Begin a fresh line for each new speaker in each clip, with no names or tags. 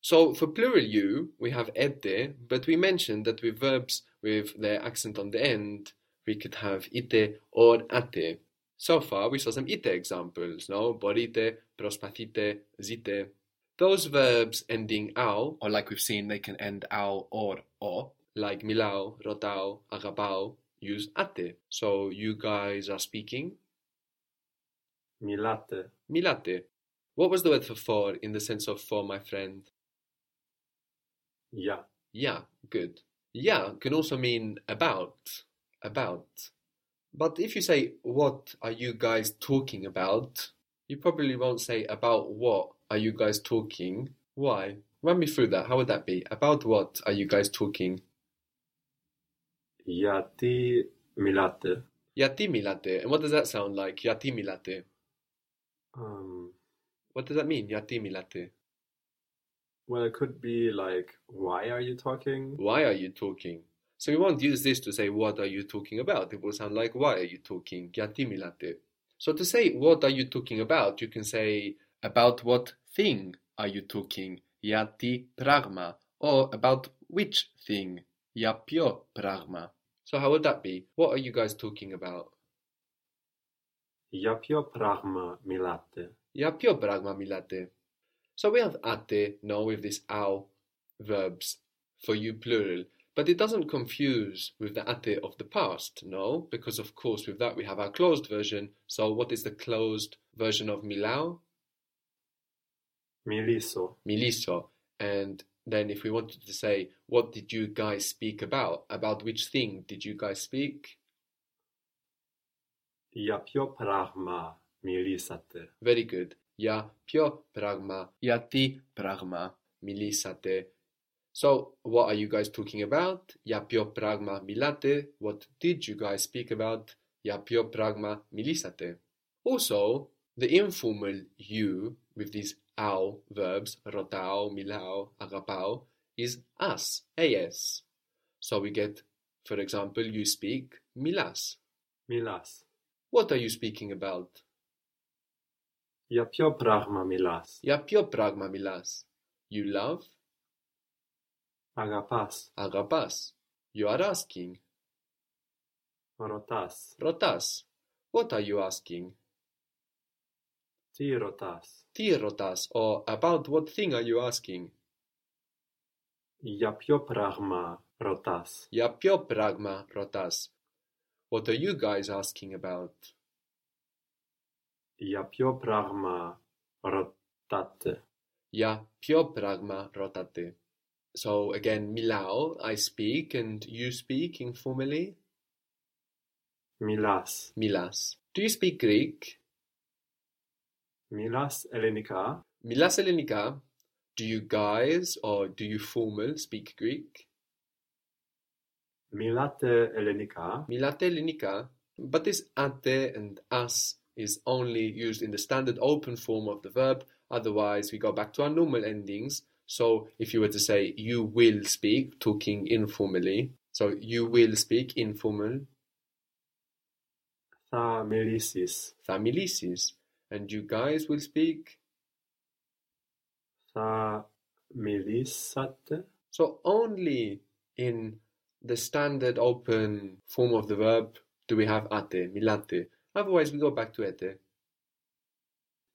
So for plural you, we have ete, but we mentioned that with verbs with their accent on the end, we could have ite or ate. So far, we saw some ite examples, no? Borite, prospathite, zite. Those verbs ending ao, or like we've seen, they can end ao or o, like milao, rotao, agapao, use ate. So you guys are speaking
Milate.
milate. What was the word for for in the sense of for my friend?
Yeah.
Yeah, good. Yeah can also mean about, about. But if you say, what are you guys talking about? You probably won't say, about what are you guys talking? Why? Run me through that. How would that be? About what are you guys talking?
Yati milate.
Yatimilate. And what does that sound like? Yatimilate.
Um,
What does that mean? Yatimilate.
well, it could be like, why are you talking?
Why are you talking? So we won't use this to say, what are you talking about? It will sound like, why are you talking? Yatimilate. So to say, what are you talking about? You can say, about what thing are you talking? Yati pragma. Or about which thing? Yapio pragma. So how would that be? What are you guys talking about?
Yapio pragma milate.
Ja πιο πράγμα μιλάτε. So we have ate, no, with this ao verbs for you plural, but it doesn't confuse with the ate of the past, no, because of course with that we have our closed version. So what is the closed version of milao?
Miliso.
Miliso. And then if we wanted to say, what did you guys speak about? About which thing did you guys speak?
Yapio pragma milisate.
Very good. Ja πιο πράγμα, γιατί πράγμα μιλήσατε. So, what are you guys talking about? Για ποιο πράγμα μιλάτε? What did you guys speak about? Για ποιο πράγμα μιλήσατε? Also, the informal you with these ao verbs, ρωτάω, μιλάω, αγαπάω, is us, as. So we get, for example, you speak, milas.
Milas.
What are you speaking about?
Yapio pragma milas.
Για ποιο πράγμα μιλάς? You love,
Agapas.
αγαπάς. You are asking,
Rotas.
ρωτάς. What are you asking?
Ti rotas.
Τι ρωτάς or about what thing are you asking?
Yapio pragma rotas.
Για ποιο πράγμα ρωτάς? What are you guys asking about?
Yapio pragma rotate.
Για ποιο πράγμα ρωτάτε? So again, μιλάω, I speak, and you speak informally,
Milas.
μιλάς. Do you speak Greek?
Milas Elenica.
Μιλάς ελληνικά? Do you guys or do you formal speak Greek?
Milate Elenica.
Milate Linica, but this ate and as is only used in the standard open form of the verb. Otherwise, we go back to our normal endings. So, if you were to say you will speak, talking informally, so you will speak informal,
Tha milisis.
θα μιλήσεις, and you guys will speak.
Tha milisate.
So, only in the standard open form of the verb do we have ate, milate. Otherwise, we go back to ete.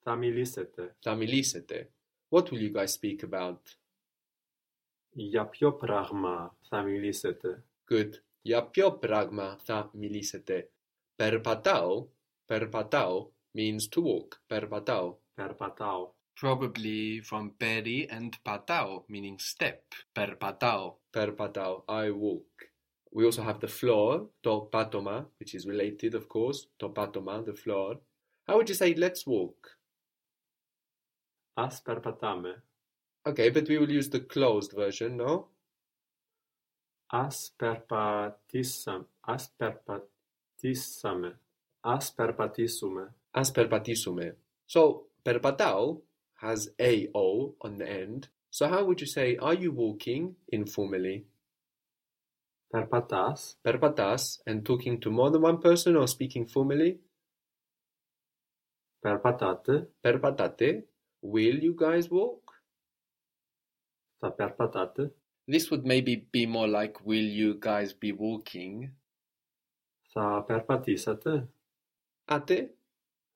Tha milisete.
θα μιλήσετε. What will you guys speak about?
Για ποιο πράγμα θα μιλήσετε.
Good. Για ποιο πράγμα θα μιλήσετε? Περπατάω. Περπατάω means to walk. Περπατάω.
Περπατάω.
Probably from peri and patao, meaning step. Περπατάω. Περπατάω. I walk. We also have the floor, το πάτωμα, which is related, of course. Το πάτωμα, the floor. How would you say let's walk?
Ας περπατάμε.
Okay, but we will use the closed version, no?
Ας περπατήσαμε. Ας περπατήσαμε. Ας περπατήσουμε.
As perpatisume. So perpatao has a o on the end. So how would you say are you walking informally?
Περπατάς.
Perpatas and talking to more than one person or speaking formally?
Περπατάτε.
Perpatate. Will you guys walk?
Saper patate.
This would maybe be more like, will you guys be walking?
Saper patisete.
Ate?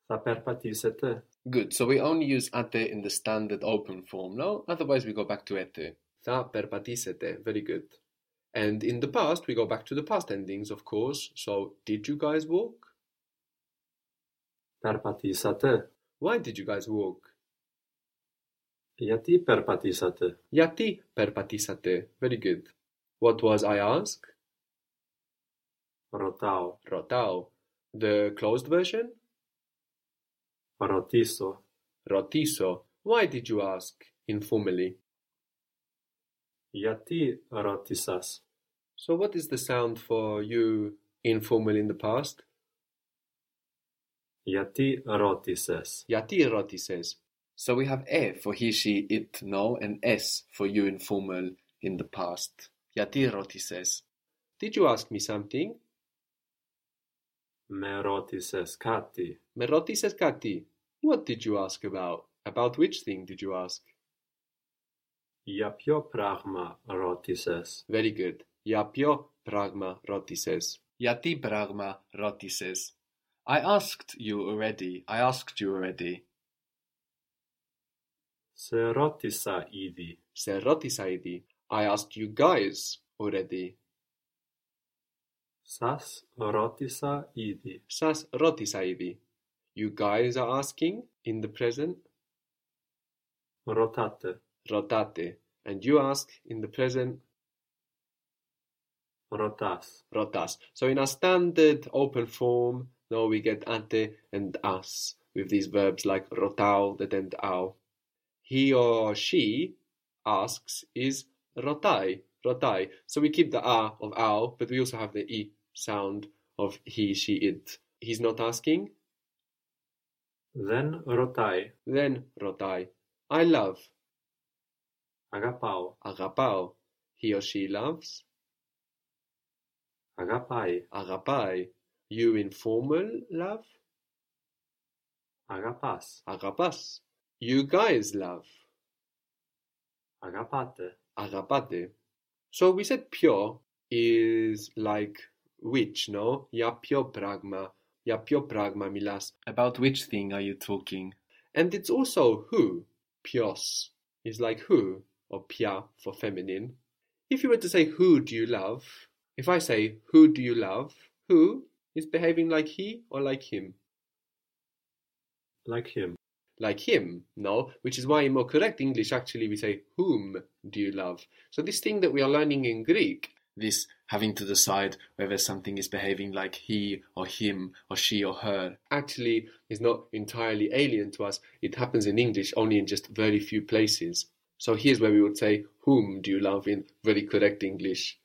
Saper patisete.
Good. So we only use ate in the standard open form, no? Otherwise, we go back to ete. Tha perpatisete. Very good. And in the past, we go back to the past endings, of course. So, did you guys walk?
Perpatisate.
Why did you guys walk?
Iati perpatisate.
Yati perpatisate. Very good. What was I asked?
Rotao.
Rotao. The closed version?
Rotiso.
Rotiso. Why did you ask? Informally.
Iati rotisas.
So, what is the sound for you informal in the past?
Iati rotises.
Yati Roti says. So we have e for he, she, it, no, and s for you informal in the past. Yati Roti says. Did you ask me something?
Me rotises kati.
Meroti says Kati. What did you ask about? About which thing did you ask?
Iapio pragma rotises.
Very good. Yapio pragma rotises. Yati pragma rotises. I asked you already. I asked you already.
Se rotisa idi.
Se rotisaidi. I asked you guys already.
Sas rotisa idi.
Sas rotisaidi. You guys are asking in the present.
Rotate.
Rotate. And you ask in the present
Rotas.
rotas. So in our standard open form, now we get ante and as with these verbs like rotao that end ao. He or she asks is rotai, rotai. So we keep the a of ao, but we also have the e sound of he, she, it. He's not asking,
Then rotai.
then rotai. I love,
Agapao.
agapao. He or she loves,
Agapai.
agapai. You informal love,
Agapas.
agapas. You guys love,
Agapate.
agapate. So we said pure is like which, no? Ya pure pragma. Ya pure pragma milas. About which thing are you talking? And it's also who. Pios is like who or pia for feminine. If you were to say who do you love, if I say who do you love, who is behaving like he or like him?
Like him.
like him, no? Which is why in more correct English, actually, we say, whom do you love? So this thing that we are learning in Greek, this having to decide whether something is behaving like he or him or she or her, actually is not entirely alien to us. It happens in English only in just very few places. So here's where we would say, whom do you love in very correct English.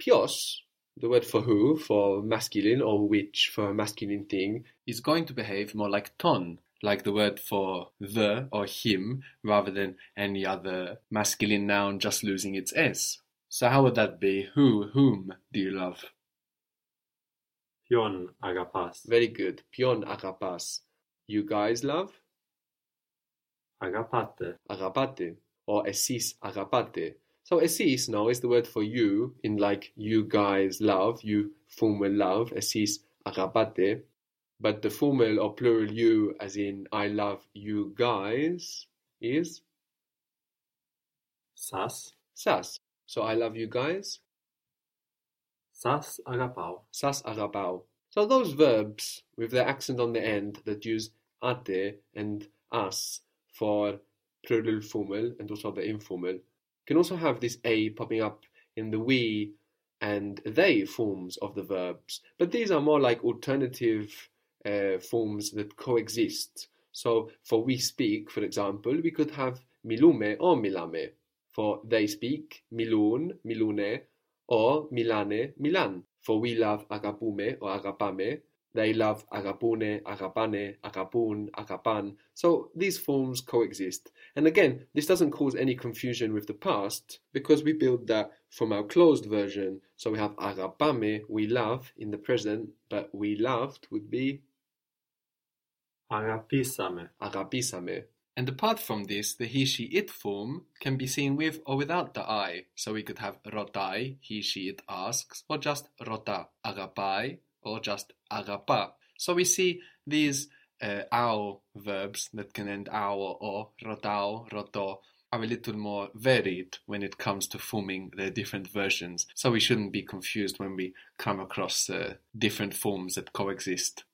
Pios, the word for who, for masculine, or which, for a masculine thing, is going to behave more like ton, like the word for the or him, rather than any other masculine noun just losing its s. So how would that be? Who, whom do you love?
Pion agapas.
Very good. Pion agapas. You guys love?
Agapate.
agapate or esis agapate. So esis now is the word for you in like you guys love, you formal love, esis agapate. But the formal or plural you as in I love you guys is
Sas.
sas. So I love you guys,
Sas agapao.
sas agapao. So those verbs with their accent on the end that use ate and as for plural formal and also the informal can also have this a popping up in the we and they forms of the verbs. But these are more like alternative uh, forms that coexist. So for we speak, for example, we could have milume or milame. For they speak, milun, milune, or Milane, Milan. For we love agapume or agapame. They love agapune, agapane, agapun, agapan. So these forms coexist. And again, this doesn't cause any confusion with the past because we build that from our closed version. So we have agapame, we love, in the present, but we loved would be
Agapisame.
agapisame. And apart from this, the he, she, it form can be seen with or without the I. So we could have rotai, he, she, it asks, or just rota, agapai, or just agapa. So we see these uh, ao verbs that can end ao or o, rotao, roto, are a little more varied when it comes to forming their different versions. So we shouldn't be confused when we come across uh, different forms that coexist.